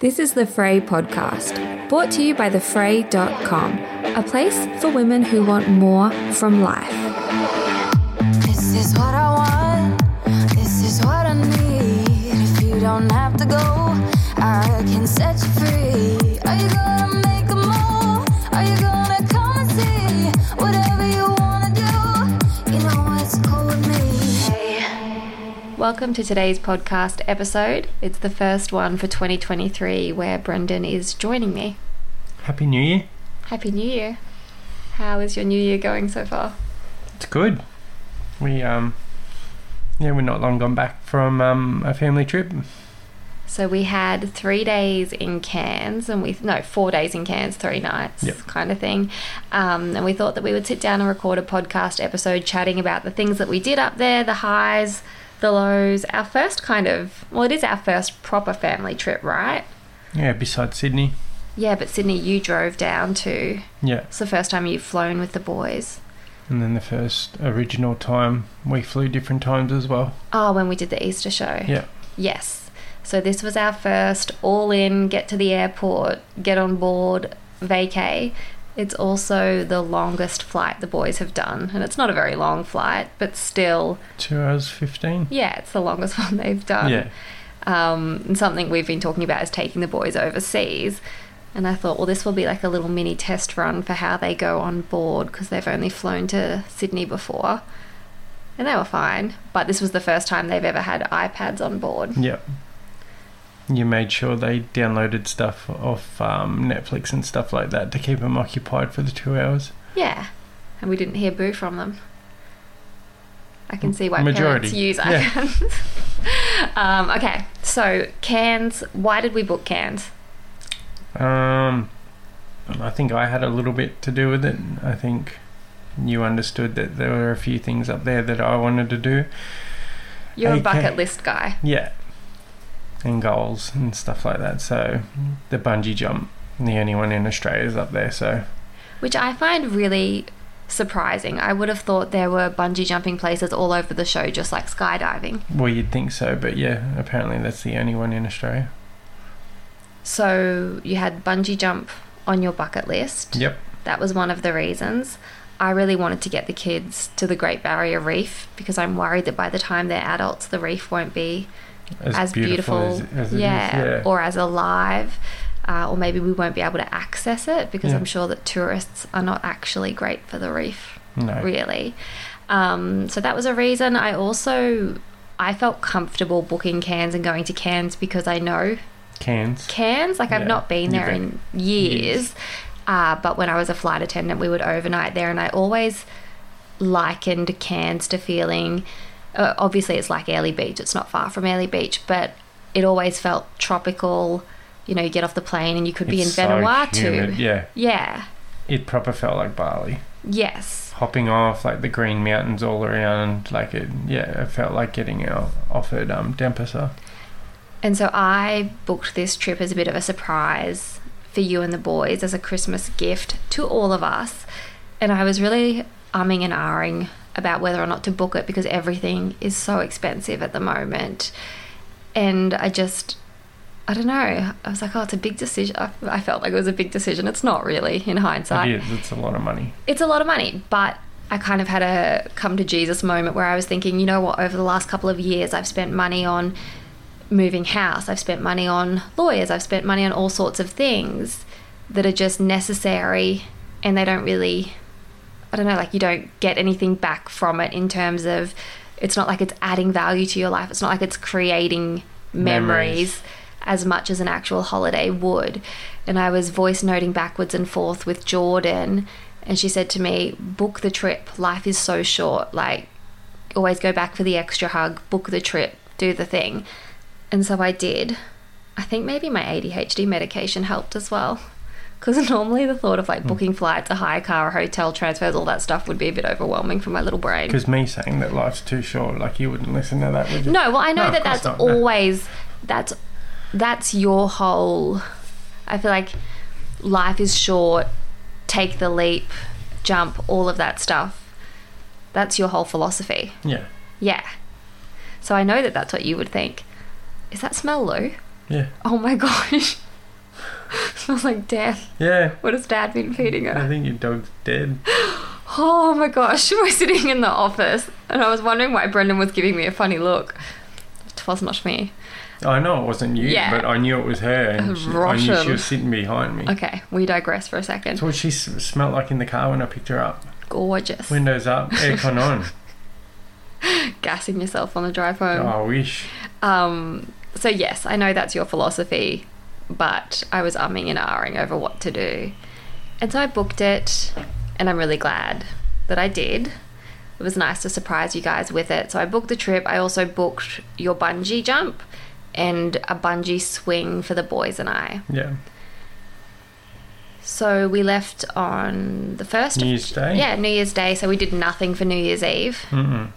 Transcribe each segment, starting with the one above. This is the Frey podcast, brought to you by thefrey.com, a place for women who want more from life. This is what I want. This is what I need. If you don't have to go, I can set you free. Are you gonna make a move? Are you gonna come and see? Whatever you wanna do, you know it's cool with me. Welcome to today's podcast episode. It's the first one for 2023 where Brendan is joining me. Happy New Year. Happy New Year. How is your new year going so far? It's good. We um yeah, we're not long gone back from um, a family trip. So we had three days in Cairns, and we no four days in Cairns, three nights, Yep. kind of thing. Um, and we thought that we would sit down and record a podcast episode, chatting about the things that we did up there, the highs, the lows. Our first kind of well, it is our first proper family trip, right? Yeah, besides Sydney. Yeah, but Sydney, you drove down to. Yeah. It's the first time you've flown with the boys. And then the first original time we flew different times as well. Oh, when we did the Easter show. Yeah. Yes. So this was our first all in get to the airport, get on board, vacay. It's also the longest flight the boys have done, and it's not a very long flight, but still, Two hours fifteen. yeah, it's the longest one they've done. Yeah. Um, and something we've been talking about is taking the boys overseas. And I thought, well, this will be like a little mini test run for how they go on board because they've only flown to Sydney before. And they were fine, but this was the first time they've ever had iPads on board. Yep. You made sure they downloaded stuff off um, Netflix and stuff like that to keep them occupied for the two hours. Yeah, and we didn't hear boo from them. I can see why Majority. parents use Yeah. iPads. um, okay, so Cairns. Why did we book Cairns? Um, I think I had a little bit to do with it. I think you understood that there were a few things up there that I wanted to do. You're a Okay. bucket list guy. Yeah. And goals and stuff like that. So the bungee jump, the only one in Australia is up there. So which I find really surprising. I would have thought there were bungee jumping places all over the show, just like skydiving. well, you'd think so, but yeah, apparently that's the only one in Australia. So you had bungee jump on your bucket list. Yep. That was one of the reasons. I really wanted to get the kids to the Great Barrier Reef because I'm worried that by the time they're adults, the reef won't be as, beautiful, as, as it is. yeah, yeah. or as alive. Uh, or maybe we won't be able to access it because Yeah. I'm sure that tourists are not actually great for the reef. No. really. Um, so that was a reason. I also I felt comfortable booking Cairns and going to Cairns because I know Cairns. Cairns. Like I've Yeah, not been there you've in years. years. Uh, but when I was a flight attendant, we would overnight there, and I always likened Cairns to feeling. Uh, obviously, it's like Airlie Beach. It's not far from Airlie Beach, but it always felt tropical. You know, you get off the plane and you could be in It's so Vanuatu. humid, Yeah. yeah. It proper felt like Bali. Yes. Hopping off, like the green mountains all around, like it, yeah, it felt like getting out offered um, Dempasa. And so I booked this trip as a bit of a surprise for you and the boys as a Christmas gift to all of us. And I was really umming and ahhing about whether or not to book it because everything is so expensive at the moment. And I just, I don't know. I was like, oh, it's a big decision. I, I felt like it was a big decision. It's not really in hindsight It is, it's a lot of money. it's a lot of money, but I kind of had a come to Jesus moment where I was thinking, you know what, over the last couple of years, I've spent money on moving house, I've spent money on lawyers, I've spent money on all sorts of things that are just necessary and they don't really, I don't know, like you don't get anything back from it in terms of it's not like it's adding value to your life, it's not like it's creating memories Memories. as much as an actual holiday would. And I was voice noting backwards and forth with Jordan, and she said to me, Book the trip. Life is so short. Like, always go back for the extra hug, book the trip, do the thing. And so I did. I think maybe my ADHD medication helped as well. Because normally the thought of like Hmm. booking flights, a hire car, a hotel, transfers, all that stuff would be a bit overwhelming for my little brain. Because me saying that life's too short, like you wouldn't listen to that, would you? No, well, I know of that course that's not, no. always that's that's your whole. I feel like life is short. Take the leap, jump, all of that stuff. That's your whole philosophy. Yeah, Yeah. So I know that that's what you would think. Is that smell Lou? yeah, Oh my gosh. smells like death. yeah. What has dad been feeding her? I think your dog's dead. Oh my gosh, we were sitting in the office and I was wondering why Brendan was giving me a funny look. Twas not me. I know it wasn't you, Yeah. but I knew it was her, and she, I knew she Rotten. was sitting behind me. Okay, we digress for a second. That's what she s- smelled like in the car when I picked her up. Gorgeous. Windows up, aircon on. Gassing yourself on the drive home. Oh, I wish. Um, so, yes, I know that's your philosophy, but I was umming and ahhing over what to do. And so I booked it, and I'm really glad that I did. It was nice to surprise you guys with it. So I booked the trip. I also booked your bungee jump and a bungee swing for the boys and I. Yeah. So we left on the first New Year's Day? Yeah, New Year's Day. So we did nothing for New Year's Eve. Mm-mm.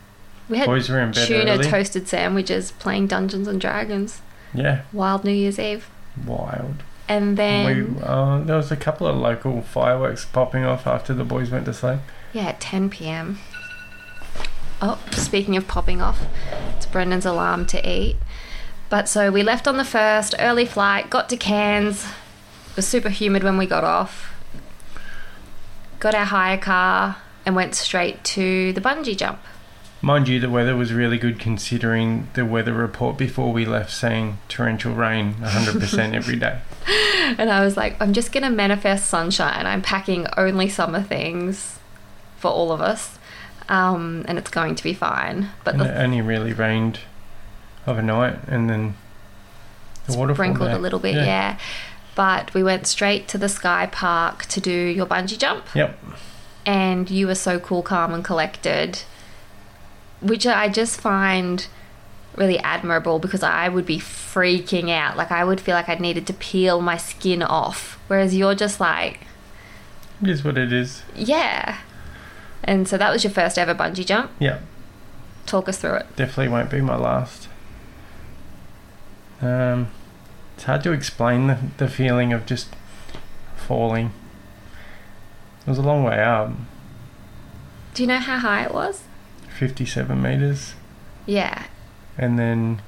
We had Boys were in bed tuna early. toasted sandwiches, playing Dungeons and Dragons. Yeah. Wild New Year's Eve, Wild. and then we, uh, there was a couple of local fireworks popping off after the boys went to sleep. yeah, at 10 p.m. Oh, speaking of popping off, it's Brendan's alarm to eat. But so we left on the first early flight, got to Cairns. It was super humid when we got off. Got our hire car and went straight to the bungee jump. Mind you, the weather was really good considering the weather report before we left saying torrential rain 100% every day. And I was like, I'm just going to manifest sunshine. I'm packing only summer things for all of us. Um, and it's going to be fine. But And the it only really rained overnight and then the waterfall. sprinkled there. a little bit, yeah. But we went straight to the Sky Park to do your bungee jump. Yep. And you were so cool, calm, and collected, which I just find really admirable because I would be freaking out. Like, I would feel like I needed to peel my skin off. Whereas you're just like, It is what it is. Yeah. And so that was your first ever bungee jump. Yep. Talk us through it. definitely won't be my last. Um, it's hard to explain the, the feeling of just falling. It was a long way up, Do you know how high it was? 57 meters, Yeah. and then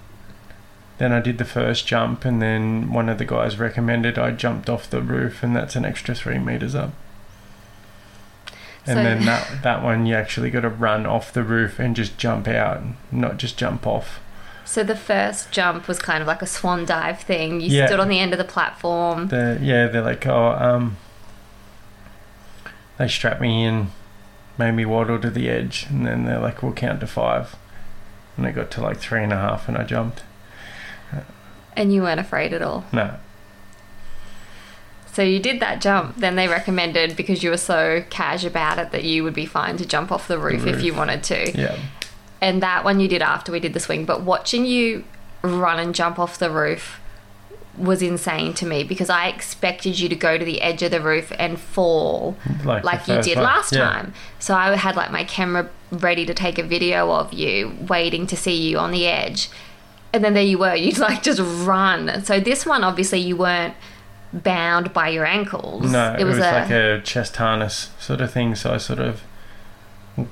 then I did the first jump, and then one of the guys recommended I jumped off the roof, and that's an extra three meters up. And So- then that that one you actually got to run off the roof and just jump out, not just jump off. So the first jump was kind of like a swan dive thing. You Yeah. stood on the end of the platform. The yeah, they're like, oh, um, they strapped me in, made me waddle to the edge, and then they're like, we'll count to five, and I got to like three and a half, and I jumped. And you weren't afraid at all. No, So you did that jump. Then they recommended, because you were so cash about it, that you would be fine to jump off the roof, if roof. you wanted to. yeah, And that one you did after we did the swing. But watching you run and jump off the roof was insane to me because I expected you to go to the edge of the roof and fall. like, the like you first did one. last Yeah. time. So I had like my camera ready to take a video of you, waiting to see you on the edge. And then there you were, you'd like just run. So this one, obviously, you weren't bound by your ankles. No, it was, a, like a chest harness sort of thing. So I sort of,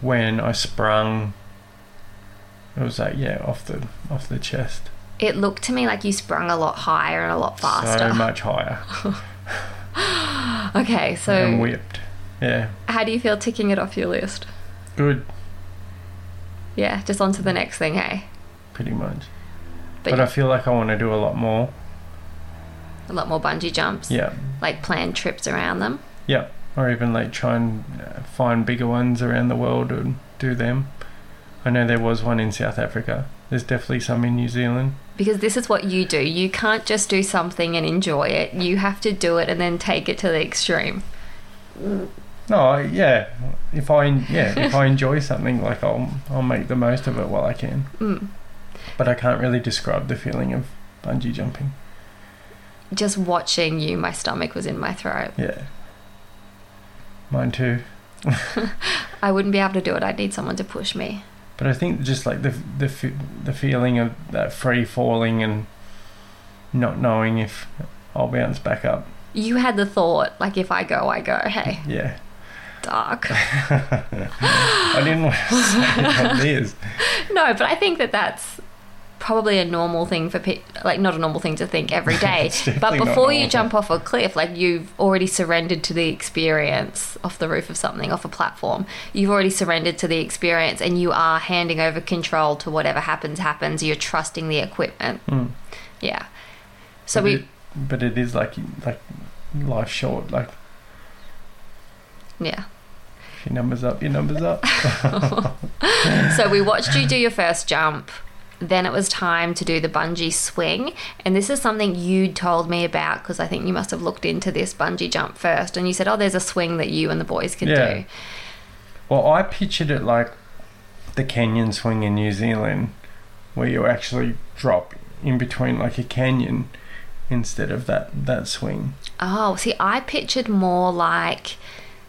when I sprung, it was like yeah, off the off the chest, it looked to me like you sprung a lot higher and a lot faster. so much higher, okay, so and whipped. Yeah, how do you feel ticking it off your list? good, Yeah, just on to the next thing, hey? pretty much. But, but I feel like I want to do a lot more. a lot more bungee jumps, Yeah, like planned trips around them. yeah. Or even like try and uh, find bigger ones around the world and do them. I know there was one in South Africa. There's definitely some in New Zealand. because this is what you do. You can't just do something and enjoy it. You have to do it and then take it to the extreme. No, I, yeah. If I yeah, if I enjoy something, like I'll I'll make the most of it while I can. Mm. But I can't really describe the feeling of bungee jumping. just watching you, my stomach was in my throat. Yeah. Mine too. I wouldn't be able to do it. I'd need someone to push me. But I think just like the the fe- the feeling of that free falling and not knowing if I'll bounce back up. You had the thought, like, if I go, I go. Hey, Yeah. dark. I didn't want to say what it is. No, but I think that that's probably a normal thing for pe- like not a normal thing to think every day. but It's definitely not before you normal. jump off a cliff, like you've already surrendered to the experience off the roof of something, off a platform. You've already surrendered to the experience, and you are handing over control to whatever happens. Happens. You're trusting the equipment. Hmm. Yeah. So but we it, but it is like like life short. Like yeah. if your numbers up, your numbers up. So we watched you do your first jump. Then it was time to do the bungee swing. And this is something you told me about because I think you must have looked into this bungee jump first. And you said, oh, there's a swing that you and the boys can Yeah. do. Well, I pictured it like the canyon swing in New Zealand, where you actually drop in between like a canyon instead of that that swing. Oh, see, I pictured more like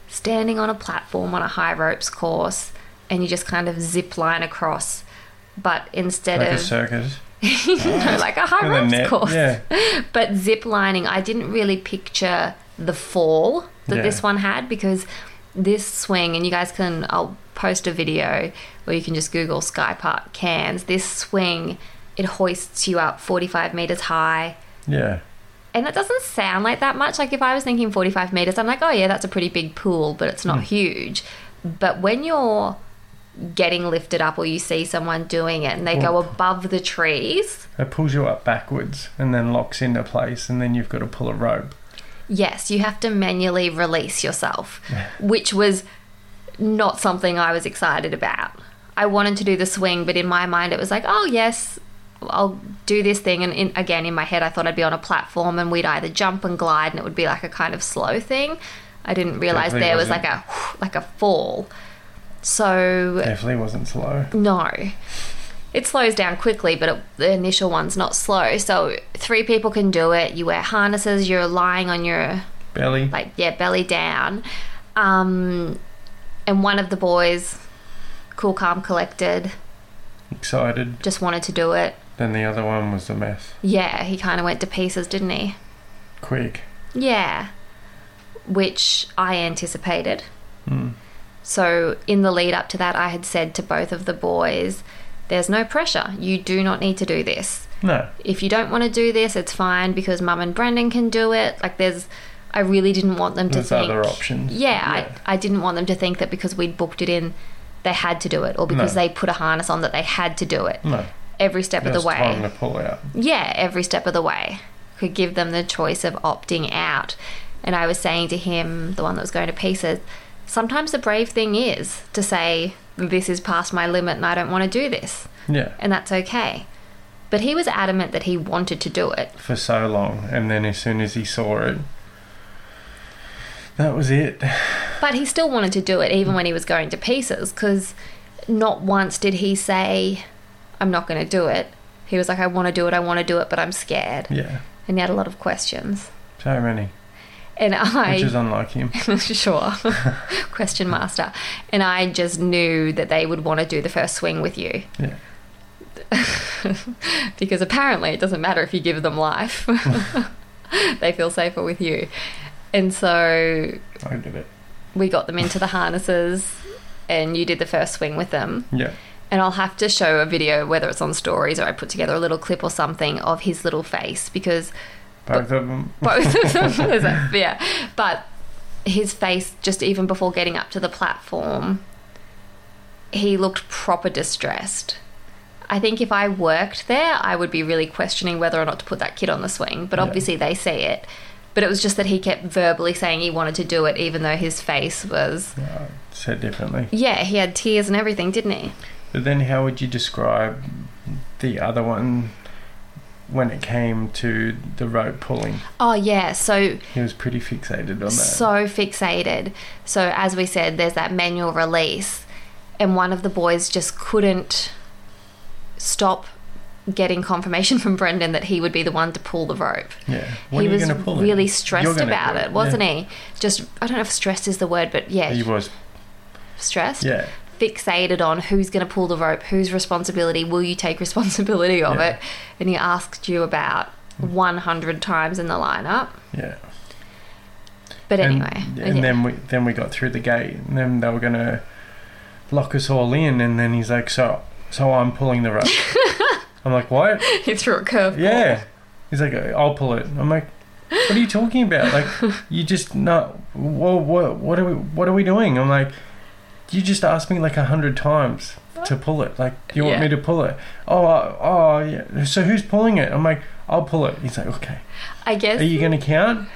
standing on a platform on a high ropes course and you just kind of zip line across. But instead Like a of circus. you know, like a high With a ropes net, course. yeah. But zip lining, I didn't really picture the fall that Yeah. this one had because this swing, and you guys can, I'll post a video or you can just Google Sky Park Cairns. This swing, it hoists you up 45 meters high. Yeah. And that doesn't sound like that much. Like if I was thinking 45 meters, I'm like, oh yeah, that's a pretty big pool, but it's not Hmm. huge. But when you're getting lifted up or you see someone doing it and they go above the trees, It pulls you up backwards and then locks into place, and then you've got to pull a rope. Yes, you have to manually release yourself, which was not something I was excited about. I wanted to do the swing, but in my mind, it was like, oh, yes, I'll do this thing. And in, again, in my head, I thought I'd be on a platform and we'd either jump and glide and it would be like a kind of slow thing. I didn't realize Definitely there was wasn't. like a like a fall. So Definitely wasn't slow. no. It slows down quickly, but it, the initial one's not slow. So three people can do it. You wear harnesses. You're lying on your Belly. like yeah belly down um and one of the boys cool calm collected excited. just wanted to do it Then the other one was the mess. yeah he kind of went to pieces didn't he Quick. yeah which i anticipated so in the lead up to that i had said to both of the boys there's no pressure you do not need to do this No. if you don't want to do this it's fine because mum and brendan can do it like there's i really didn't want them to There's think other options. yeah, Yeah. I, I didn't want them to think that because we'd booked it in, they had to do it, or because No. they put a harness on that they had to do it. No. Every step of There's the way. time to pull out. Yeah, every step of the way. Could give them the choice of opting out. And I was saying to him, the one that was going to pieces, sometimes the brave thing is to say, this is past my limit and I don't want to do this. Yeah. And that's okay. But he was adamant that he wanted to do it. for so long, and then as soon as he saw it, that was it. But he still wanted to do it even when he was going to pieces because not once did he say, I'm not going to do it. He was like, I want to do it, I want to do it, but I'm scared. Yeah, And he had a lot of questions. so many, And I. which is unlike him. sure. Question master. And I just knew that they would want to do the first swing with you Yeah, because apparently it doesn't matter if you give them life, they feel safer with you. And so I did it. we got them into the harnesses and you did the first swing with them. Yeah, And I'll have to show a video, whether it's on stories or I put together a little clip or something of his little face because both of them. both of them, is it? yeah. But his face, just even before getting up to the platform, he looked proper distressed. I think if I worked there, I would be really questioning whether or not to put that kid on the swing. But obviously, they see it. But it was just that he kept verbally saying he wanted to do it, even though his face was. Uh, said differently. Yeah, he had tears and everything, didn't he? But then, how would you describe the other one when it came to the rope pulling? Oh, yeah. So He was pretty fixated on that. so fixated. So as we said, there's that manual release, and one of the boys just couldn't stop getting confirmation from Brendan that he would be the one to pull the rope. Yeah. When he are you was gonna pull him? really You're stressed gonna about do it, wasn't he? Just I don't know if stressed is the word, but yeah, yeah. He was. stressed, Yeah. fixated on who's going to pull the rope, whose responsibility, will you take responsibility of Yeah. it? And he asked you about 100 times in the lineup. Yeah. But And- anyway, And, yeah. then we then we got through the gate, and then they were gonna lock us all in, and then he's like, "So, so I'm pulling the rope." I'm like, "What?" he threw a curve. Yeah. He's like, "I'll pull it." I'm like, "What are you talking about? Like, you just not. Whoa, what? What are we? What are we doing?" I'm like, "You just asked me like a hundred times to pull it. Like, you want Yeah. me to pull it? Oh, uh, oh, yeah. So who's pulling it? I'm like, I'll pull it. He's like, "Okay. I guess Are you gonna count?"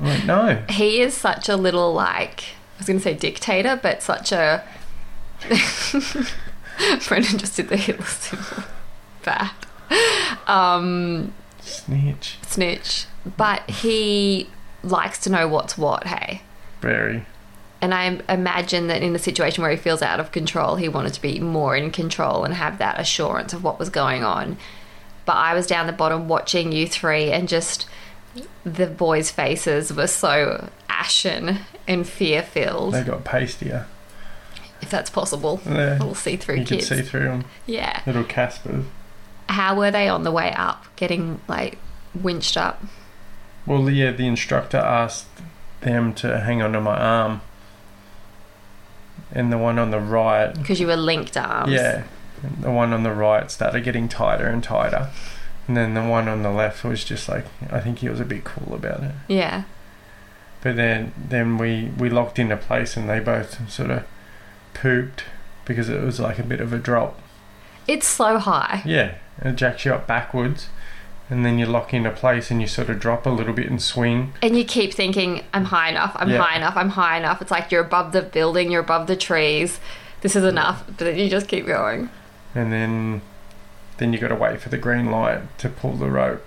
I'm like, "No." he is such a little like I was going to say dictator, but such a Brendan just did the Hitler symbol. Bad. Um, Snitch. snitch. But he likes to know what's what. Hey. Very. And I imagine that in a situation where he feels out of control, he wanted to be more in control and have that assurance of what was going on. But I was down the bottom watching you three, and just the boys' faces were so ashen and fear They filled, got pastier. if that's possible. Yeah. Little see through You could Oh, kids. see through them. Yeah. Little Caspers. How were they on the way up, getting like winched up? Well, yeah, the instructor asked them to hang onto my arm. And the one on the right. Because you were linked arms. Yeah. The one on the right started getting tighter and tighter. And then the one on the left was just like, I think he was a bit cool about it. Yeah. But then, then we, we locked into place and they both sort of pooped because it was like a bit of a drop. It's so high. Yeah, and it jacks you up backwards, and then you lock into place and you sort of drop a little bit and swing. And you keep thinking, I'm high enough, I'm Yeah. high enough, I'm high enough. It's like you're above the building, you're above the trees. This is enough. But then you just keep going. and then then you got to wait for the green light to pull the rope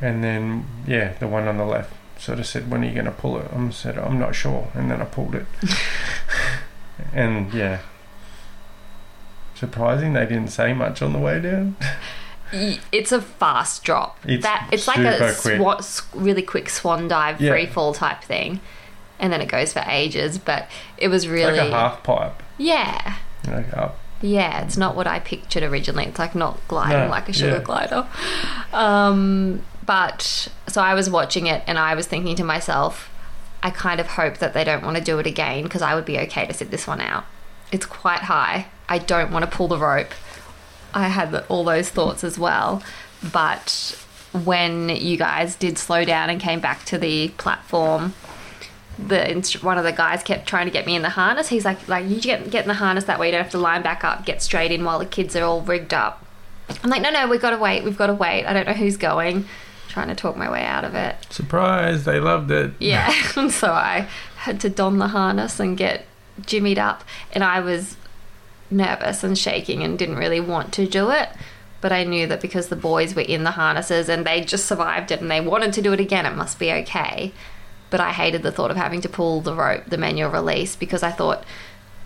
and then yeah the one on the left sort of said when are you going to pull it i said i'm not sure and then i pulled it and yeah surprising they didn't say much on the way down Y- It's a fast drop. It's that It's like super a quick. swa- s really quick swan dive, Yeah. free fall type thing. And then it goes for ages. But it was really. like a half pipe Yeah. like up Yeah, it's not what I pictured originally. It's like not gliding No, like a sugar yeah. glider. Um, but so I was watching it and I was thinking to myself, I kind of hope that they don't want to do it again because I would be okay to sit this one out. It's quite high. I don't want to pull the rope. I had the, all those thoughts as well. But when you guys did slow down and came back to the platform, the inst- one of the guys kept trying to get me in the harness. He's like, like you get get in the harness that way. You don't have to line back up. Get straight in while the kids are all rigged up. I'm like, no, no, we've got to wait. We've got to wait. I don't know who's going. Trying to talk my way out of it. surprise they loved it Yeah. and so I had to don the harness and get jimmied up, and I was nervous and shaking and didn't really want to do it. But I knew that because the boys were in the harnesses and they just survived it and they wanted to do it again, it must be okay. But I hated the thought of having to pull the rope, the manual release, because I thought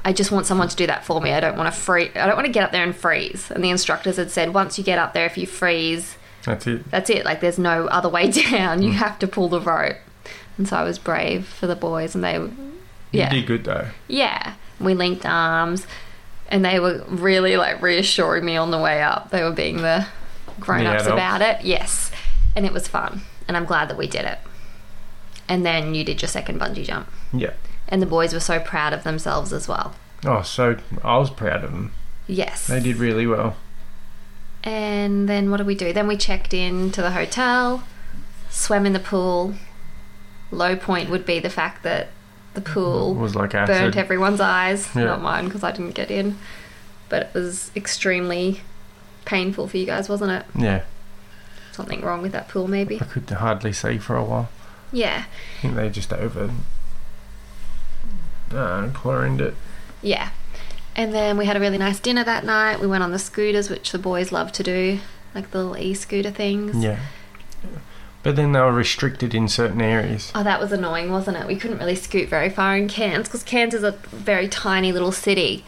I just want someone to do that for me. I don't want to free. I don't want to get up there and freeze. And the instructors had said once you get up there, if you freeze, that's it that's it. Like there's no other way down. Hmm. You have to pull the rope. And so I was brave for the boys, and they, yeah, you did good though yeah. We linked arms, and they were really like reassuring me on the way up. They were being the grown ups The adults. about it. Yes, and it was fun, and I'm glad that we did it. And then you did your second bungee jump, yeah and the boys were so proud of themselves as well. oh so i was proud of them Yes, they did really well And then what did we do? Then we checked in to the hotel, swam in the pool. Low point would be the fact that the pool Mm, it was like burnt acid everyone's eyes, Yeah. not mine because I didn't get in. But it was extremely painful for you guys, wasn't it? yeah Something wrong with that pool, maybe. i could hardly see for a while Yeah, I think they just over uh, chlorined it. yeah. And then we had a really nice dinner that night. We went on the scooters, which the boys love to do, like the little e-scooter things. Yeah. But then they were restricted in certain areas. Oh, that was annoying, wasn't it? We couldn't really scoot very far in Cairns because Cairns is a very tiny little city.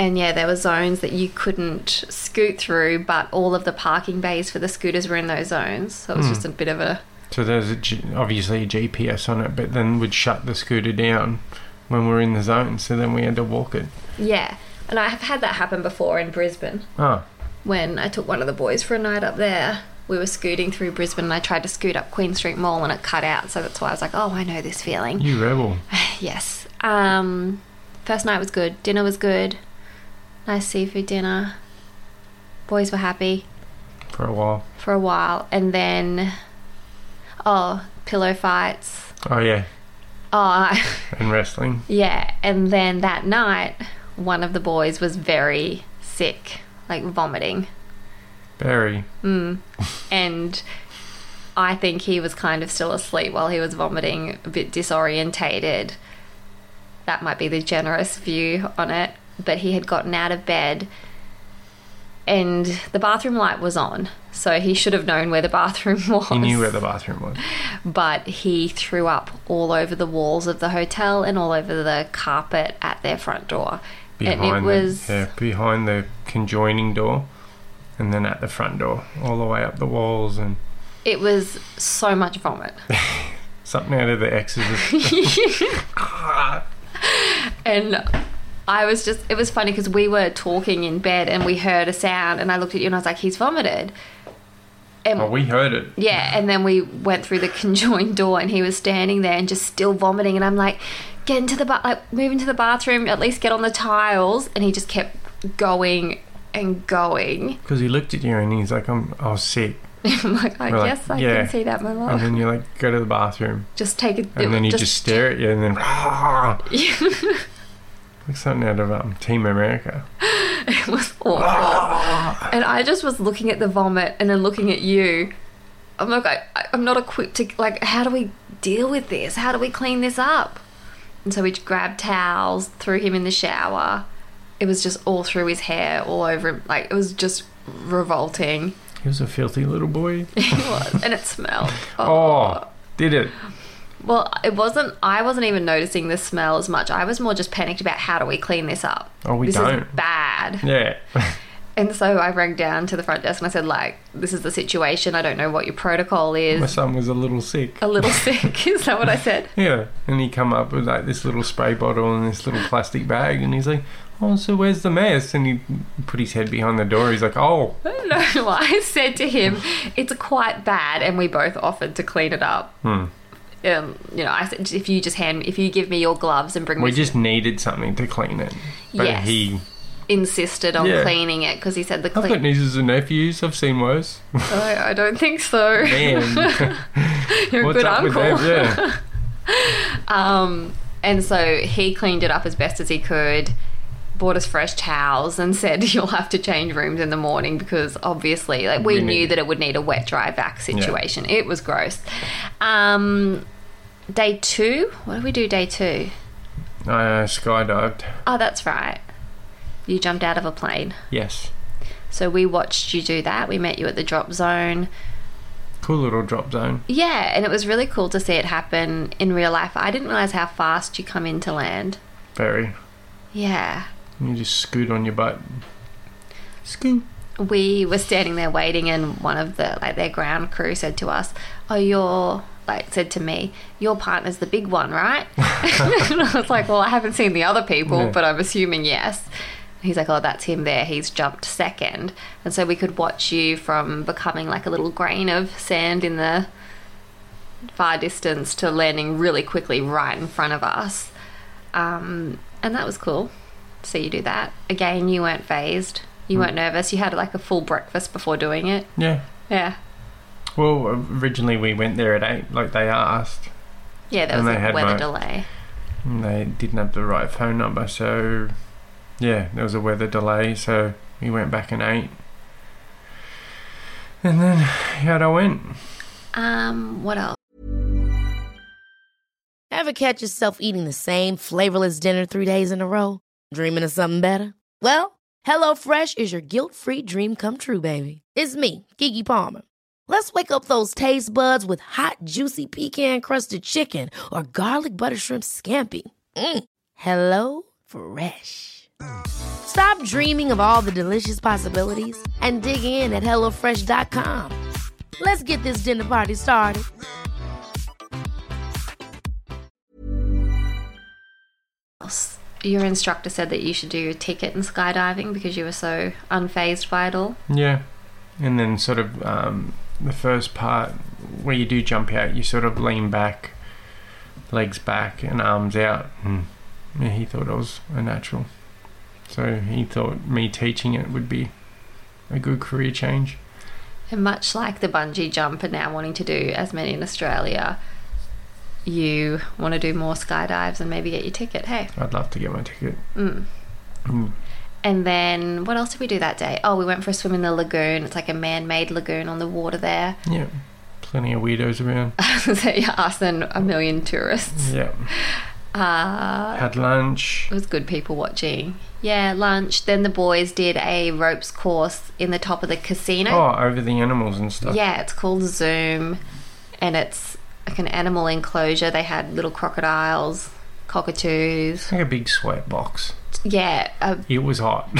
And yeah, there were zones that you couldn't scoot through, but all of the parking bays for the scooters were in those zones. So it was just a bit of a So there's a G- obviously a GPS on it, but then we'd shut the scooter down when we're in the zone, so then we had to walk it. yeah. And I have had that happen before in Brisbane. Oh, when I took one of the boys for a night up there. We were scooting through Brisbane and I tried to scoot up Queen Street Mall and it cut out, so that's why I was like, oh, I know this feeling. you rebel. yes. Um, first night was good. Dinner was good. Nice seafood dinner. Boys were happy For a while. for a while. And then, oh, pillow fights. Oh, yeah. Oh, And wrestling. Yeah, and then that night, one of the boys was very sick, like vomiting. Barry. and I think he was kind of still asleep while he was vomiting, a bit disorientated. That might be the generous view on it, but he had gotten out of bed and the bathroom light was on, so he should have known where the bathroom was. He knew where the bathroom was. But he threw up all over the walls of the hotel and all over the carpet at their front door. Behind and it was the, yeah, behind the conjoining door and then at the front door, all the way up the walls and it was so much vomit. something out of the Exorcist. and I was just it was funny because we were talking in bed and we heard a sound and I looked at you and I was like he's vomited and oh, we heard it. yeah and then we went through the conjoined door and he was standing there and just still vomiting and I'm like get into the ba- like move into the bathroom at least get on the tiles and he just kept going and going Because he looked at you and he's like, I'm, I was sick. I'm like I We're like, guess I "Yeah." can see that my love And then you're like, go to the bathroom. just take it And then you just, stare at you and then. like something out of um, Team America. It was awful. Ah. and I just was looking at the vomit and then looking at you. I'm like, I, I- I'm not equipped to, like, how do we deal with this? How do we clean this up? And so we grabbed towels, threw him in the shower. It was just all through his hair, all over him. Like, it was just revolting. He was a filthy little boy. It was. and it smelled. Oh, did it. Well, it wasn't, I wasn't even noticing the smell as much. I was more just panicked about how do we clean this up? Oh, we this is don't. bad. Yeah. And so I rang down to the front desk and I said, like, this is the situation. I don't know what your protocol My is. son was a little sick. A little sick. is that what I said? Yeah, and he come up with like this little spray bottle and this little plastic bag, and he's like, "Oh, so where's the mess?" And he put his head behind the door. He's like, "Oh, I don't know. I said to him, it's quite bad. And we both offered to clean it up. Hmm. Um, you know, I said, if you just hand, if you give me your gloves and bring we me, just needed something to clean it." But Yes. he, insisted on Yeah. cleaning it because he said the I've got clean. nieces and nephews. I've seen worse. I, I don't think so. Man, You're a what's good up uncle. with that? Yeah. Um, and so he cleaned it up as best as he could, bought us fresh towels, and said, "You'll have to change rooms in the morning because obviously, like, we, We knew need- that it would need a wet dry vac situation. It was gross." Um, day two. What did we do? Day two. I uh, skydived. Oh, that's right. You jumped out of a plane. Yes, So we watched you do that. We met you at the drop zone. cool little drop zone. Yeah, and it was really cool to see it happen in real life. I didn't realize how fast you come into land. Very. Yeah. You just scoot on your butt. Scoot. we were standing there waiting and one of the like their ground crew said to us oh your like said to me your partner's the big one right and i was like well i haven't seen the other people Yeah. but i'm assuming yes And he's like oh that's him there he's jumped second and so we could watch you from becoming like a little grain of sand in the far distance to landing really quickly right in front of us um, and that was cool so you do that again you weren't phased you Hmm. weren't nervous you had like a full breakfast before doing it Yeah. yeah Well, originally we went there at eight, like they asked. yeah there And was they a had weather no- delay And they didn't have the right phone number, so yeah, there was a weather delay, so we went back in eight. And then out I went. um what else Ever catch yourself eating the same flavorless dinner three days in a row? Dreaming of something better? Well, HelloFresh is your guilt free dream come true, baby. It's me, Gigi Palmer. Let's wake up those taste buds with hot, juicy pecan crusted chicken or garlic butter shrimp scampi. Mm. Hello Fresh. Stop dreaming of all the delicious possibilities and dig in at HelloFresh.com. Let's get this dinner party started. else. Your instructor said that you should do ticket and skydiving because you were so unfazed by it all. Yeah, and then sort of um, the first part where you do jump out, you sort of lean back, legs back, and arms out. And yeah, he thought I was a natural, so he thought me teaching it would be a good career change. And much like the bungee jump and now wanting to do as many in Australia, you want to do more skydives and maybe get your ticket. Hey. mm. I'd love to get my ticket. Hmm. And then what else did we do that day? Oh, we went for a swim in the lagoon. It's like a man made lagoon on the water there. Yeah, plenty of weirdos around. so yeah, us and a million tourists. yeah, Uh, had lunch. it was good people watching. Yeah, lunch. Then the boys did a ropes course in the top of the casino. Oh, over the animals and stuff. Yeah, it's called Zoom, and it's like an animal enclosure. They had little crocodiles, cockatoos. It's like a big sweat box. Yeah, a It was hot.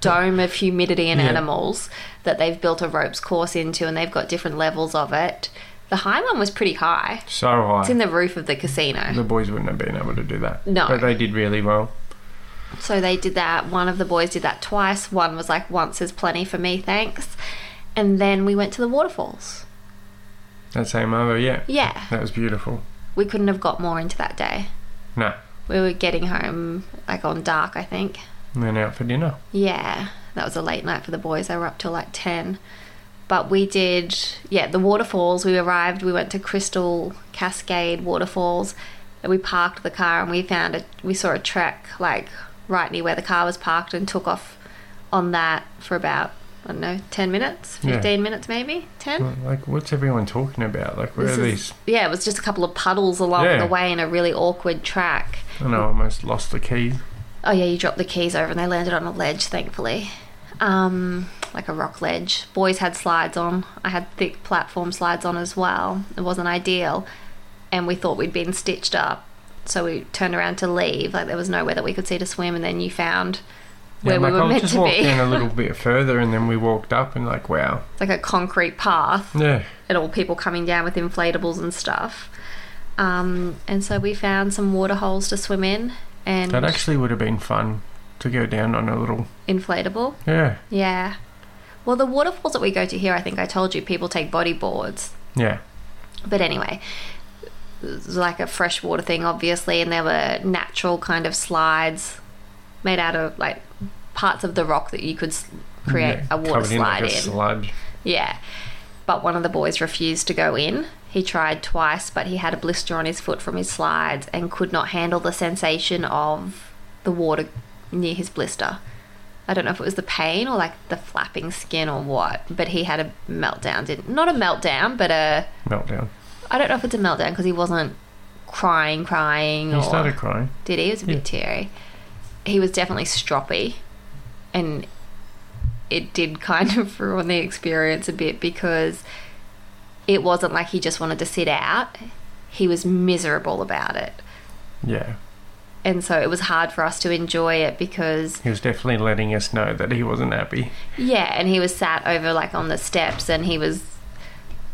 dome of humidity and Yeah. animals that they've built a ropes course into, and they've got different levels of it. The high one was pretty high. so hot. It's in the roof of the casino. The boys wouldn't have been able to do that. No. But they did really well. So they did that. One of the boys did that twice. One was like, once is plenty for me, thanks. And then we went to the waterfalls. That same over, yeah. Yeah, That was beautiful. we couldn't have got more into that day. No. We were getting home like on dark, I think. And then out for dinner. Yeah, that was a late night for the boys. They were up till like 10. But we did, yeah, the waterfalls. We arrived, we went to Crystal Cascade Waterfalls, and we parked the car and we found a, we saw a track like right near where the car was parked and took off on that for about, I don't know, 10 minutes, Yeah. 15 minutes maybe? 10? Like, what's everyone talking about? Like, where This are is- these? yeah, it was just a couple of puddles along Yeah. the way and a really awkward track. And I almost lost the key. Oh yeah, you dropped the keys over and they landed on a ledge, thankfully. Um, like a rock ledge. Boys had slides on. I had thick platform slides on as well. It wasn't ideal. And we thought we'd been stitched up. So we turned around to leave. Like there was nowhere that we could see to swim and then you found Yeah, where we like, were I'll meant just to walk be. down a little bit further and then we walked up and, like, wow. like a concrete path Yeah. and all people coming down with inflatables and stuff. Um, and so we found some water holes to swim in and That actually would have been fun to go down on a little. inflatable. Yeah. Yeah. Well, the waterfalls that we go to here, I think I told you, people take body boards. Yeah. But anyway, it was like a freshwater thing, obviously, and there were natural kind of slides made out of like parts of the rock that you could s- create Yeah, a water covered in, like, slide a in. sludge. Yeah. But one of the boys refused to go in. He tried twice, but he had a blister on his foot from his slides and could not handle the sensation of the water near his blister. I don't know if it was the pain or like the flapping skin or what, but he had a meltdown. Didn't not a meltdown, but a Meltdown. I don't know if it's a meltdown because he wasn't crying, crying. He or, started crying. Did he? He was a bit teary. He was definitely stroppy, and it did kind of ruin the experience a bit because it wasn't like he just wanted to sit out. He was miserable about it, Yeah. and so it was hard for us to enjoy it because He was definitely letting us know that he wasn't happy. Yeah, and he was sat over like on the steps and he was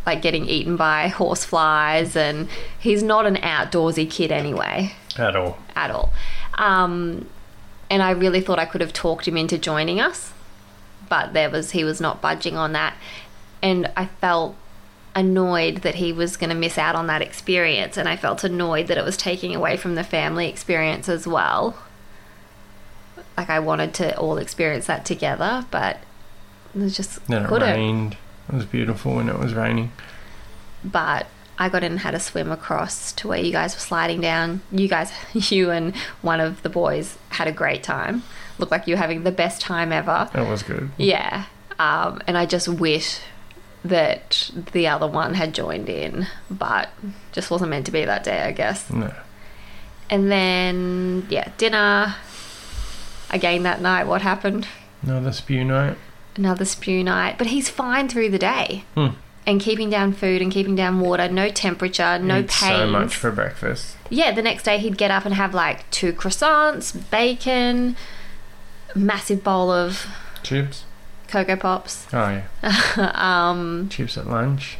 like getting eaten by horse flies and he's not an outdoorsy kid anyway At all. at all. Um, and I really thought I could have talked him into joining us, but there was he was not budging on that, and I felt annoyed that he was going to miss out on that experience, and I felt annoyed that it was taking away from the family experience as well. Like I wanted to all experience that together, but it was just Then it couldn't rained. It was beautiful when it was raining. but I got in and had a swim across to where you guys were sliding down. You guys, you and one of the boys had a great time. Looked like you were having the best time ever. That was good. Yeah. Um, and I just wish that the other one had joined in, but just wasn't meant to be that day, I guess. No. And then, yeah, dinner. Again that night, what happened? Another spew night. another spew night, but he's fine through the day. Hmm. And keeping down food and keeping down water, no temperature, no pain. Eat so much for breakfast. yeah, the next day he'd get up and have like two croissants, bacon, massive bowl of Chips. Cocoa Pops. Oh yeah. um, Chips at lunch.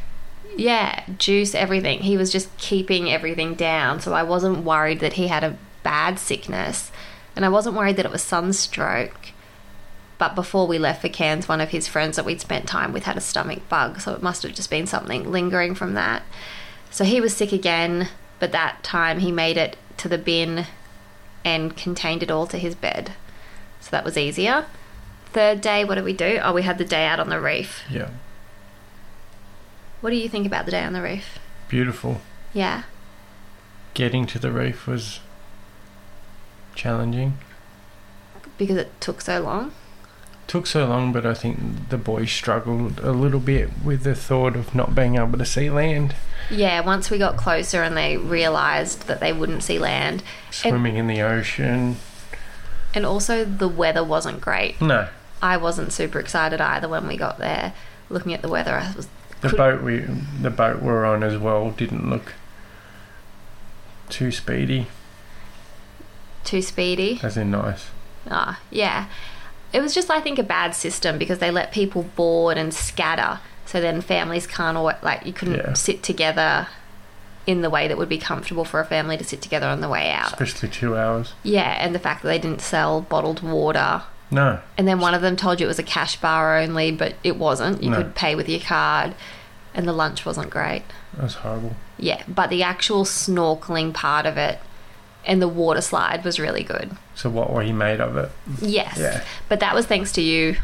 yeah, juice, everything. He was just keeping everything down. So I wasn't worried that he had a bad sickness. And I wasn't worried that it was sunstroke. But before we left for Cairns, one of his friends that we'd spent time with had a stomach bug. So it must have just been something lingering from that. So he was sick again. But that time he made it to the bin and contained it all to his bed. So that was easier. Third day, what did we do? Oh, we had the day out on the reef. Yeah. What do you think about the day on the reef? Beautiful. Yeah. Getting to the reef was challenging. because it took so long. Took so long, but I think the boys struggled a little bit with the thought of not being able to see land. Yeah, once we got closer and they realised that they wouldn't see land, Swimming in the ocean. and also the weather wasn't great. No, I wasn't super excited either when we got there. Looking at the weather, I was the Could- boat we the boat we're on as well didn't look too speedy. too speedy. As in nice. Ah, yeah. It was just, I think, a bad system because they let people board and scatter. So then families can't, alwa like, you couldn't Yeah. sit together in the way that would be comfortable for a family to sit together on the way out. Especially two hours. Yeah, and the fact that they didn't sell bottled water No. And then one of them told you it was a cash bar only, but it wasn't. You No. could pay with your card, and the lunch wasn't great. That was horrible. Yeah, but the actual snorkeling part of it and the water slide was really good. So what were you made of it? Yes, Yeah. but that was thanks to you,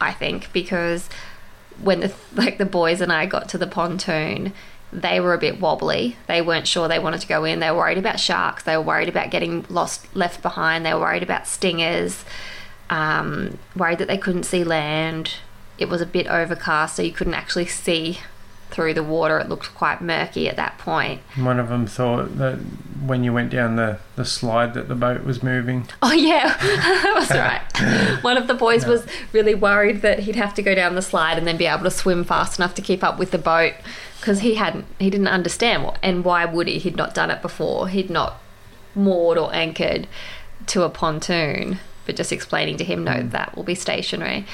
I think, because when the, like the boys and I got to the pontoon, they were a bit wobbly. They weren't sure they wanted to go in. They were worried about sharks. They were worried about getting lost, left behind. They were worried about stingers. Um, worried that they couldn't see land. It was a bit overcast, so you couldn't actually see through the water. It looked quite murky at that point. One of them thought that when you went down the, the slide that the boat was moving. Oh yeah, that's right. One of the boys was really worried that he'd have to go down the slide and then be able to swim fast enough to keep up with the boat because he hadn't, he didn't understand what, and why would he? He'd not done it before. He'd not moored or anchored to a pontoon. But just explaining to him, no, that will be stationary.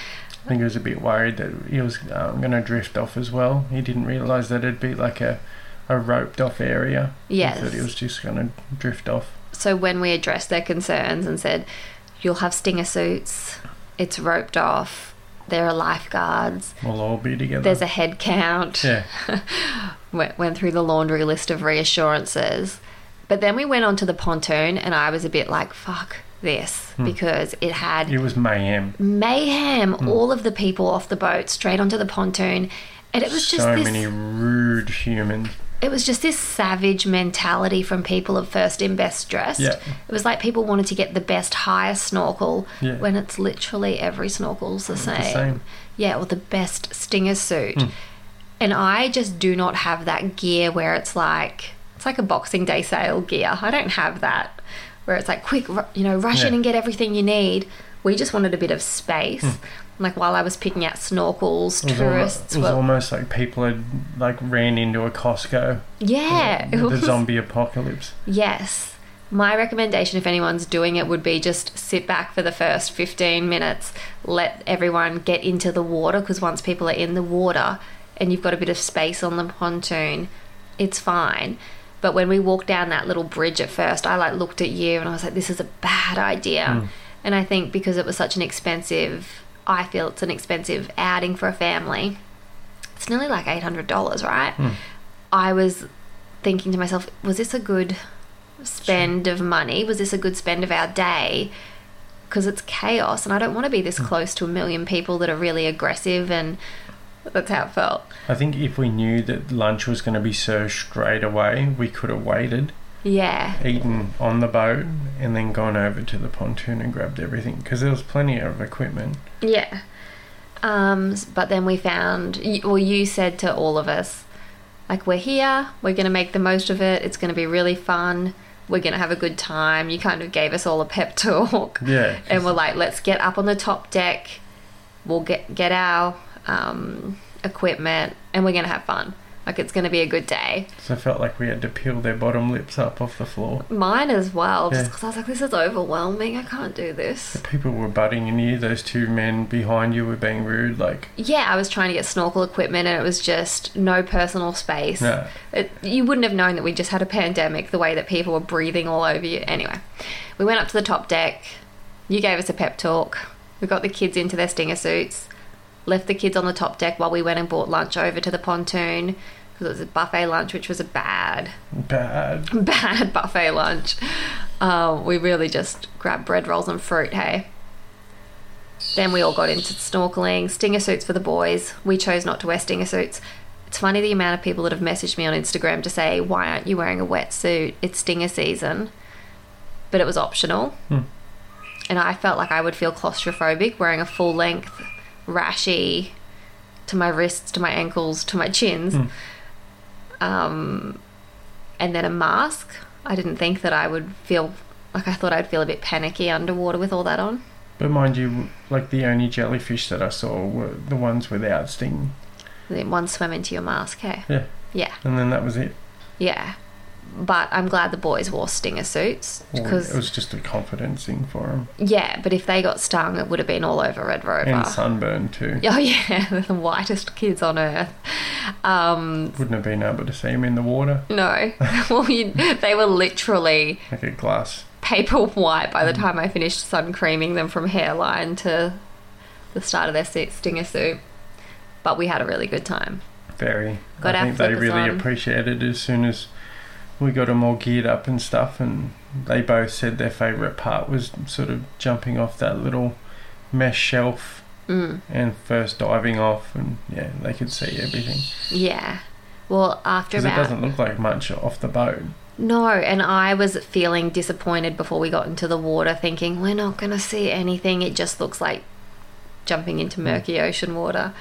I think he was a bit worried that he was um, going to drift off as well. He didn't realise that it'd be like a, a roped off area. Yes. He thought he was just going to drift off. So when we addressed their concerns and said, "You'll have stinger suits. It's roped off. There are lifeguards. We'll all be together. There's a head count." yeah. went, went through the laundry list of reassurances. But then we went onto the pontoon, and I was a bit like, fuck this, Hmm. because it had It was mayhem. mayhem, Hmm. all of the people off the boat straight onto the pontoon. And it was just so this many rude humans. it was just this savage mentality from people of first and best dressed. Yeah. It was like people wanted to get the best highest snorkel Yeah. when it's literally every snorkel's the same. same. Hmm. Yeah, or the best stinger suit. And I just do not have that gear where it's like it's like a boxing day sale gear. I don't have that where it's like quick, ru- you know, rush in Yeah. and get everything you need. We just wanted a bit of space. Like while I was picking out snorkels, Hmm. It was, almo- tourists it was were almost like people had like ran into a Costco. yeah, it with was- The zombie apocalypse. Yes. My recommendation, if anyone's doing it, would be just sit back for the first 15 minutes, let everyone get into the water because once people are in the water and you've got a bit of space on the pontoon, it's fine. But when we walked down that little bridge at first, I like looked at you and I was like, this is a bad idea. And I think because it was such an expensive, I feel it's an expensive outing for a family it's nearly like eight hundred dollars, right? I was thinking to myself, was this a good spend of money? Was this a good spend of our day? Because it's chaos, and I don't want to be this close to a million people that are really aggressive, and that's how it felt. I think if we knew that lunch was going to be served straight away, we could have waited, Yeah, eaten on the boat, and then gone over to the pontoon and grabbed everything because there was plenty of equipment. yeah. Um, s- but then we found, y- well, you said to all of us, like, we're here, we're going to make the most of it, it's going to be really fun, we're going to have a good time. You kind of gave us all a pep talk. Yeah. and we're like, let's get up on the top deck. We'll get get our um, equipment, and we're gonna have fun. Like it's going to be a good day. So I felt like we had to peel their bottom lips up off the floor. Mine as well, just Yeah. because I was like, this is overwhelming. I can't do this. People were butting in you. Those two men behind you were being rude. Like, Yeah, I was trying to get snorkel equipment and it was just no personal space. No. It, you wouldn't have known that we just had a pandemic the way that people were breathing all over you. Anyway, we went up to the top deck. You gave us a pep talk. We got the kids into their stinger suits, left the kids on the top deck while we went and bought lunch over to the pontoon because it was a buffet lunch, which was a bad bad. bad buffet lunch. Um, we really just grabbed bread rolls and fruit, hey? Then we all got into snorkeling, stinger suits for the boys. We chose not to wear stinger suits. It's funny the amount of people that have messaged me on Instagram to say, why aren't you wearing a wetsuit? It's stinger season. But it was optional. And I felt like I would feel claustrophobic wearing a full length, rashy, to my wrists, to my ankles, to my chins. Um, and then a mask. I didn't think that I would feel like I thought I'd feel a bit panicky underwater with all that on. But mind you, like the only jellyfish that I saw were the ones without sting. And then one swam into your mask, hey? Yeah. Yeah, And then that was it. yeah. But I'm glad the boys wore stinger suits Or because Oh, it was just a confidence thing for them. yeah. But if they got stung, it would have been all over Red Rover. And sunburn too. Oh yeah, they're the whitest kids on earth. Um, Wouldn't have been able to see him in the water. no, well, you, they were literally Like a glass. paper white by the time I finished sun creaming them from hairline to the start of their suit, stinger suit. But we had a really good time. Very. Got I our think they flippers really on. appreciated it as soon as we got them all geared up and stuff. And they both said their favourite part was sort of jumping off that little mesh shelf Mm, and first diving off. And yeah, they could see everything. yeah. Well, after Because it about doesn't look like much off the boat. no, and I was feeling disappointed before we got into the water, thinking we're not going to see anything. It just looks like jumping Hmm. into murky ocean water.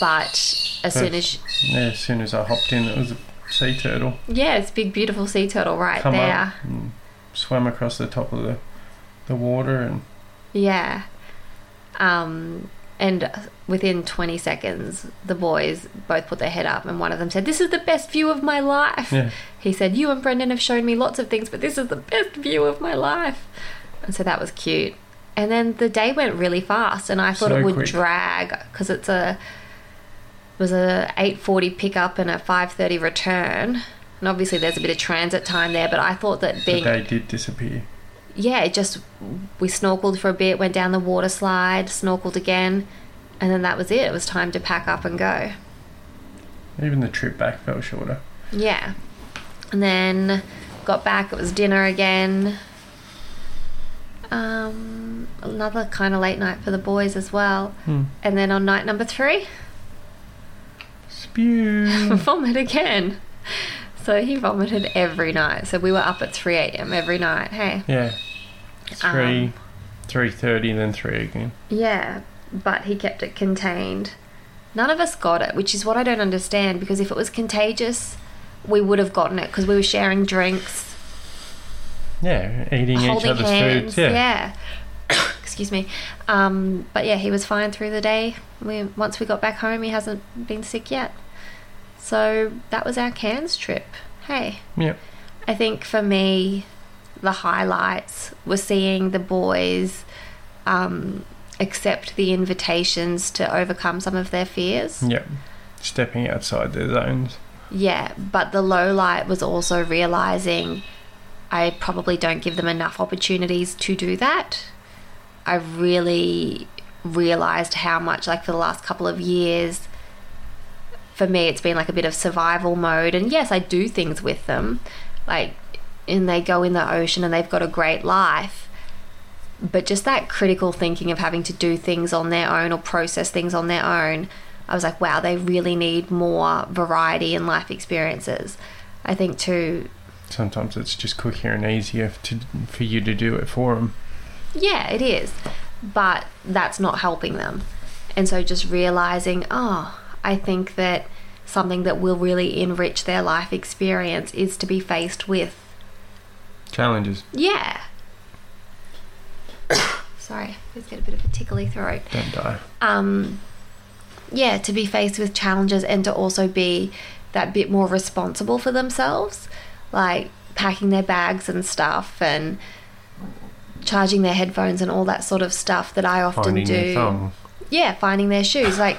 But as soon as Yeah, as soon as I hopped in, it was a sea turtle. yeah, it's big, beautiful sea turtle right Come there. up and swam across the top of the, the water and Yeah. Um, and within 20 seconds, the boys both put their head up, and one of them said, This is the best view of my life. Yeah. He said, You and Brendan have shown me lots of things, but this is the best view of my life. And so that was cute. And then the day went really fast, and I thought So it would quick. drag because it's a it was a 8:40 pickup and a 5:30 return, and obviously there's a bit of transit time there. But I thought that but being they did disappear. yeah, it just we snorkeled for a bit, went down the water slide, snorkeled again, and then that was it. It was time to pack up and go. Even the trip back fell shorter. Yeah. And then got back, it was dinner again. Um, another kind of late night for the boys as well. And then on night number three, Spew. vomit again. So he vomited every night. So we were up at 3 a.m. every night. Hey. yeah. Three, Um, three thirty, then three again. Yeah, but he kept it contained. None of us got it, which is what I don't understand because if it was contagious, we would have gotten it because we were sharing drinks, Yeah, eating each holding other's hands. foods. Yeah. yeah. Excuse me. Um, but yeah, he was fine through the day. We, once we got back home, he hasn't been sick yet. So that was our Cairns trip. Hey. Yep. I think for me, the highlights were seeing the boys um, accept the invitations to overcome some of their fears. Yep. Stepping outside their zones. Yeah, but the low light was also realizing I probably don't give them enough opportunities to do that. I really realized how much, like, for the last couple of years, for me, it's been like a bit of survival mode. And yes, I do things with them, like, and they go in the ocean and they've got a great life. But just that critical thinking of having to do things on their own or process things on their own, I was like, wow, they really need more variety in life experiences. I think, too, Sometimes it's just quicker and easier to, for you to do it for them. Yeah, it is. But that's not helping them. And so just realizing, oh, I think that something that will really enrich their life experience is to be faced with, Challenges. yeah. Sorry, I always get a bit of a tickly throat. Don't die. Um, yeah, to be faced with challenges and to also be that bit more responsible for themselves, like packing their bags and stuff and charging their headphones and all that sort of stuff that I often Finding do. your thumb. Yeah, finding their shoes. Like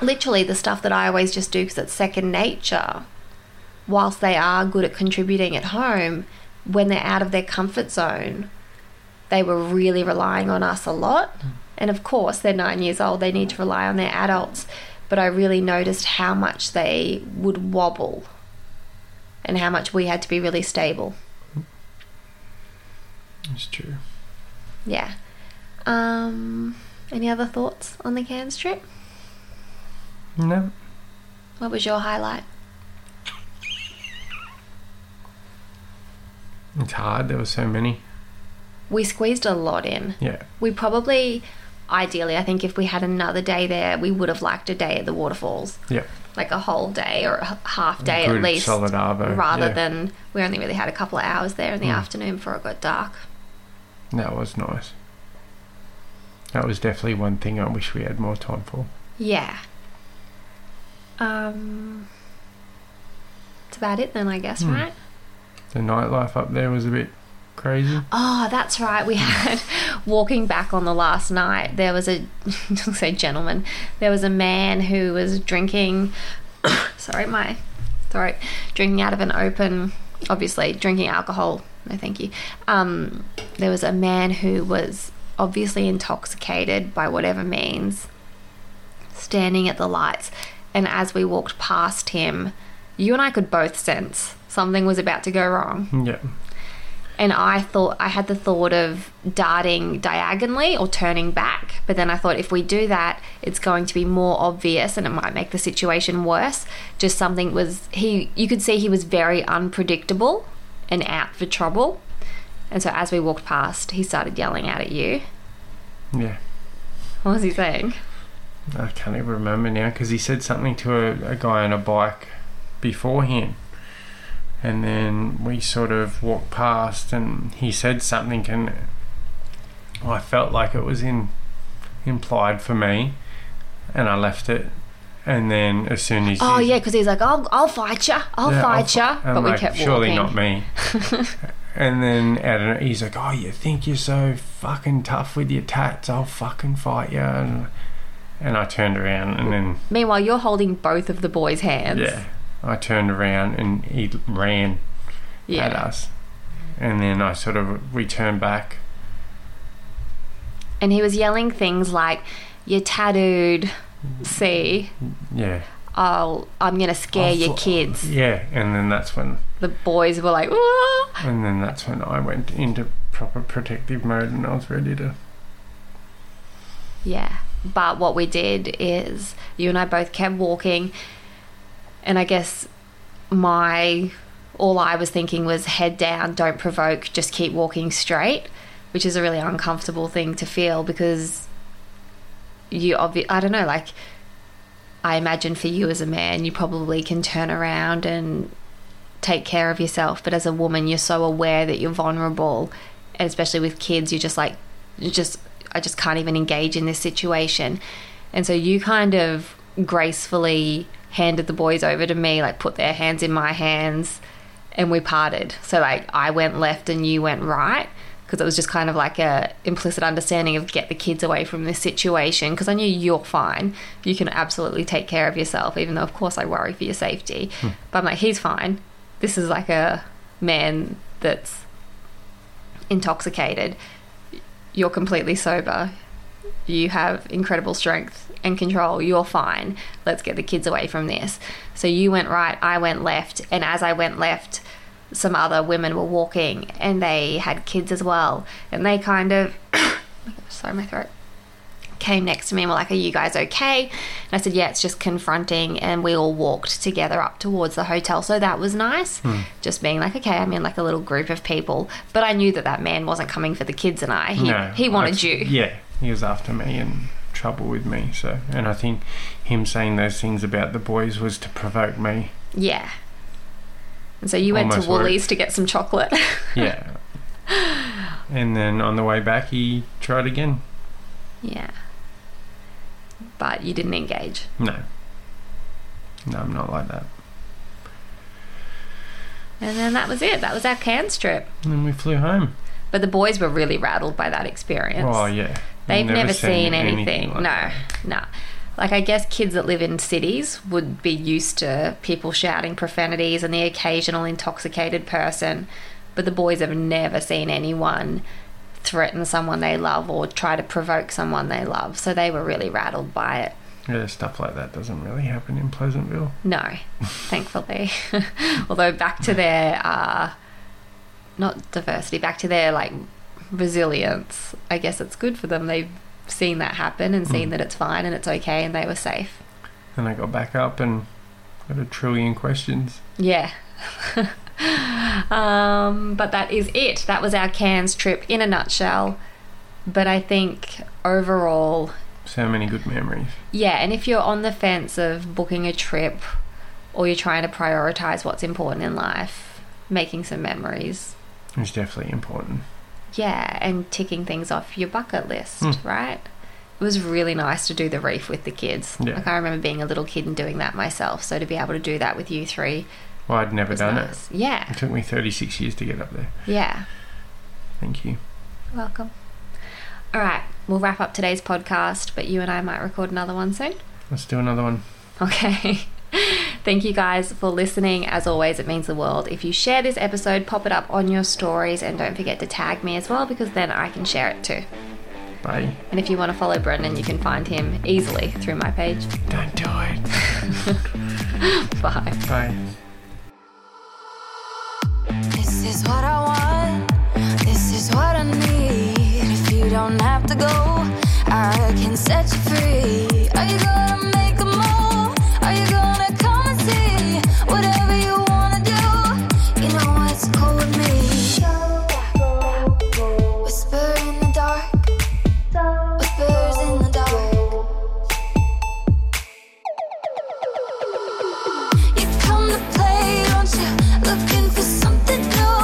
literally the stuff that I always just do because it's second nature. Whilst they are good at contributing at home, when they're out of their comfort zone, they were really relying on us a lot. And of course, they're nine years old, they need to rely on their adults. But I really noticed how much they would wobble and how much we had to be really stable. It's true. Yeah. Um, any other thoughts on the Cairns trip? No, What was your highlight? it's hard. There were so many. We squeezed a lot in. Yeah. We probably, ideally, I think if we had another day there, we would have liked a day at the waterfalls, Yeah. like a whole day or a h- half day Good at least, solid arvo, rather yeah. Hmm. than we only really had a couple of hours there in the afternoon before it got dark. That was nice. That was definitely one thing I wish we had more time for. Yeah. Um, that's about it then, I guess, Hmm. right? The nightlife up there was a bit crazy. Oh, that's right. We had walking back on the last night. There was a say gentleman. There was a man who was drinking. sorry, my throat. Drinking out of an open, obviously drinking alcohol. No, thank you. Um, there was a man who was obviously intoxicated by whatever means, standing at the lights. And as we walked past him, you and I could both sense something was about to go wrong Yeah. and I thought I had the thought of darting diagonally or turning back, but then I thought if we do that, it's going to be more obvious and it might make the situation worse. Just something was he you could see he was very unpredictable and out for trouble. And so as we walked past, he started yelling out at you. Yeah. What was he saying? I can't even remember now because he said something to a, a guy on a bike before him. And then we sort of walked past and he said something, and I felt like it was in, implied for me. And I left it. And then as soon as. Oh you- yeah, because he's like, "I'll, I'll fight ya, I'll Hmm. Yeah, I'll fight fi- ya," I'm but we like, kept Surely walking. not me. and then I don't know, he's like, "Oh, you think you're so fucking tough with your tats? I'll fucking fight you." And, and I turned around, and then Meanwhile, you're holding both of the boys' hands. yeah, I turned around and he ran at yeah. us. And then I sort of we turned back. And he was yelling things like, "You're tattooed. See, Yeah, I'll, I'm gonna scare Mm-hmm. I'll your fl- kids." yeah. And then that's when, The boys were like, "Whoa!" and then that's when I went into proper protective mode, and I was ready to. Yeah. But what we did is you and I both kept walking, and I guess my all I was thinking was head down, don't provoke, just keep walking straight, which is a really uncomfortable thing to feel because you obvi- I don't know, like I imagine for you as a man, you probably can turn around and take care of yourself, but as a woman, you're so aware that you're vulnerable, and especially with kids, you're just like you just I just can't even engage in this situation. And so you kind of gracefully handed the boys over to me, like put their hands in my hands, and we parted. So like I went left and you went right because it was just kind of like a implicit understanding of get the kids away from this situation because I knew you're fine. You can absolutely take care of yourself even though of course I worry for your safety. But I'm like he's fine. This is like a man that's intoxicated. You're completely sober. You have incredible strength and control. You're fine. Let's get the kids away from this. So you went right, I went left, and as I went left, some other women were walking and they had kids as well. And they kind of sorry my throat came next to me and were like, Are you guys okay? And I said, Yeah, it's just confronting. And we all walked together up towards the hotel. So that was nice. Just being like, Okay, I'm in like a little group of people. But I knew that that man wasn't coming for the kids and I. He, he wanted I- you. Yeah, he was after me and trouble with me. So, and I think him saying those things about the boys was to provoke me. Yeah. And so you went to Almost worked. Woolies to get some chocolate. Yeah. and then on the way back, he tried again. yeah. But you didn't engage. No. No, I'm not like that. And then that was it. That was our Cairns trip. And then we flew home. But the boys were really rattled by that experience. Oh, yeah. They've never, seen, anything. like no, that. no. Like, I guess kids that live in cities would be used to people shouting profanities and the occasional intoxicated person. But the boys have never seen anyone threaten someone they love or try to provoke someone they love. So they were really rattled by it. Yeah, stuff like that doesn't really happen in Pleasantville. No, thankfully. Although back to their uh, not diversity, back to their like resilience. I guess it's good for them. They've seen that happen and seen that it's fine and it's okay and they were safe. And I got back up and got a trillion questions. Yeah. um, but that is it. That was our Cairns trip in a nutshell. But I think overall, So many good memories. Yeah, and if you're on the fence of booking a trip or you're trying to prioritize what's important in life, making some memories. It's definitely important. Yeah, and ticking things off your bucket list, Mm. right? It was really nice to do the reef with the kids. Yeah. Like I remember being a little kid and doing that myself, so to be able to do that with you three Well, I'd never was done nice. it. Yeah. It took me 36 years to get up there. Yeah. Thank you. You're Welcome. All right, we'll wrap up today's podcast, but you and I might record another one soon. Let's do another one. Okay. Thank you guys for listening. As always, it means the world. If you share this episode, pop it up on your stories and don't forget to tag me as well because then I can share it too. Bye. And if you want to follow Brendan, you can find him easily through my page. Don't do it. Bye. Bye. This is what I want. This is what I need. If you don't have to go, I can set you free. Are you gonna make a move? Are you gonna come and see? Whatever you wanna do, you know what's cool with me. Whisper in the dark. Whispers in the dark. You come to play, don't you? Looking for something new.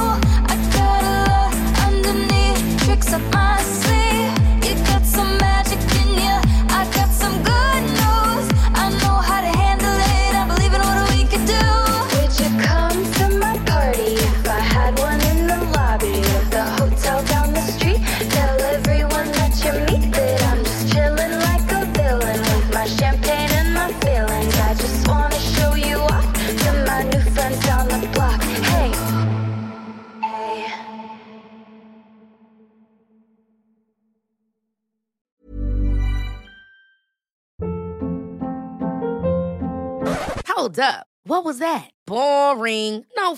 I got a lot underneath, tricks up my sleeve. You got some magic in you. I got some good news. I know how to handle it. I believe in what we can do. Would you come to my party if I had one in the lobby of the hotel down the street? Tell everyone that you meet that I'm just chilling like a villain with my champagne and my feelings. I just wanna show you off to my new friends down the block. Hey. Hey. Hold up. What was that? Boring. No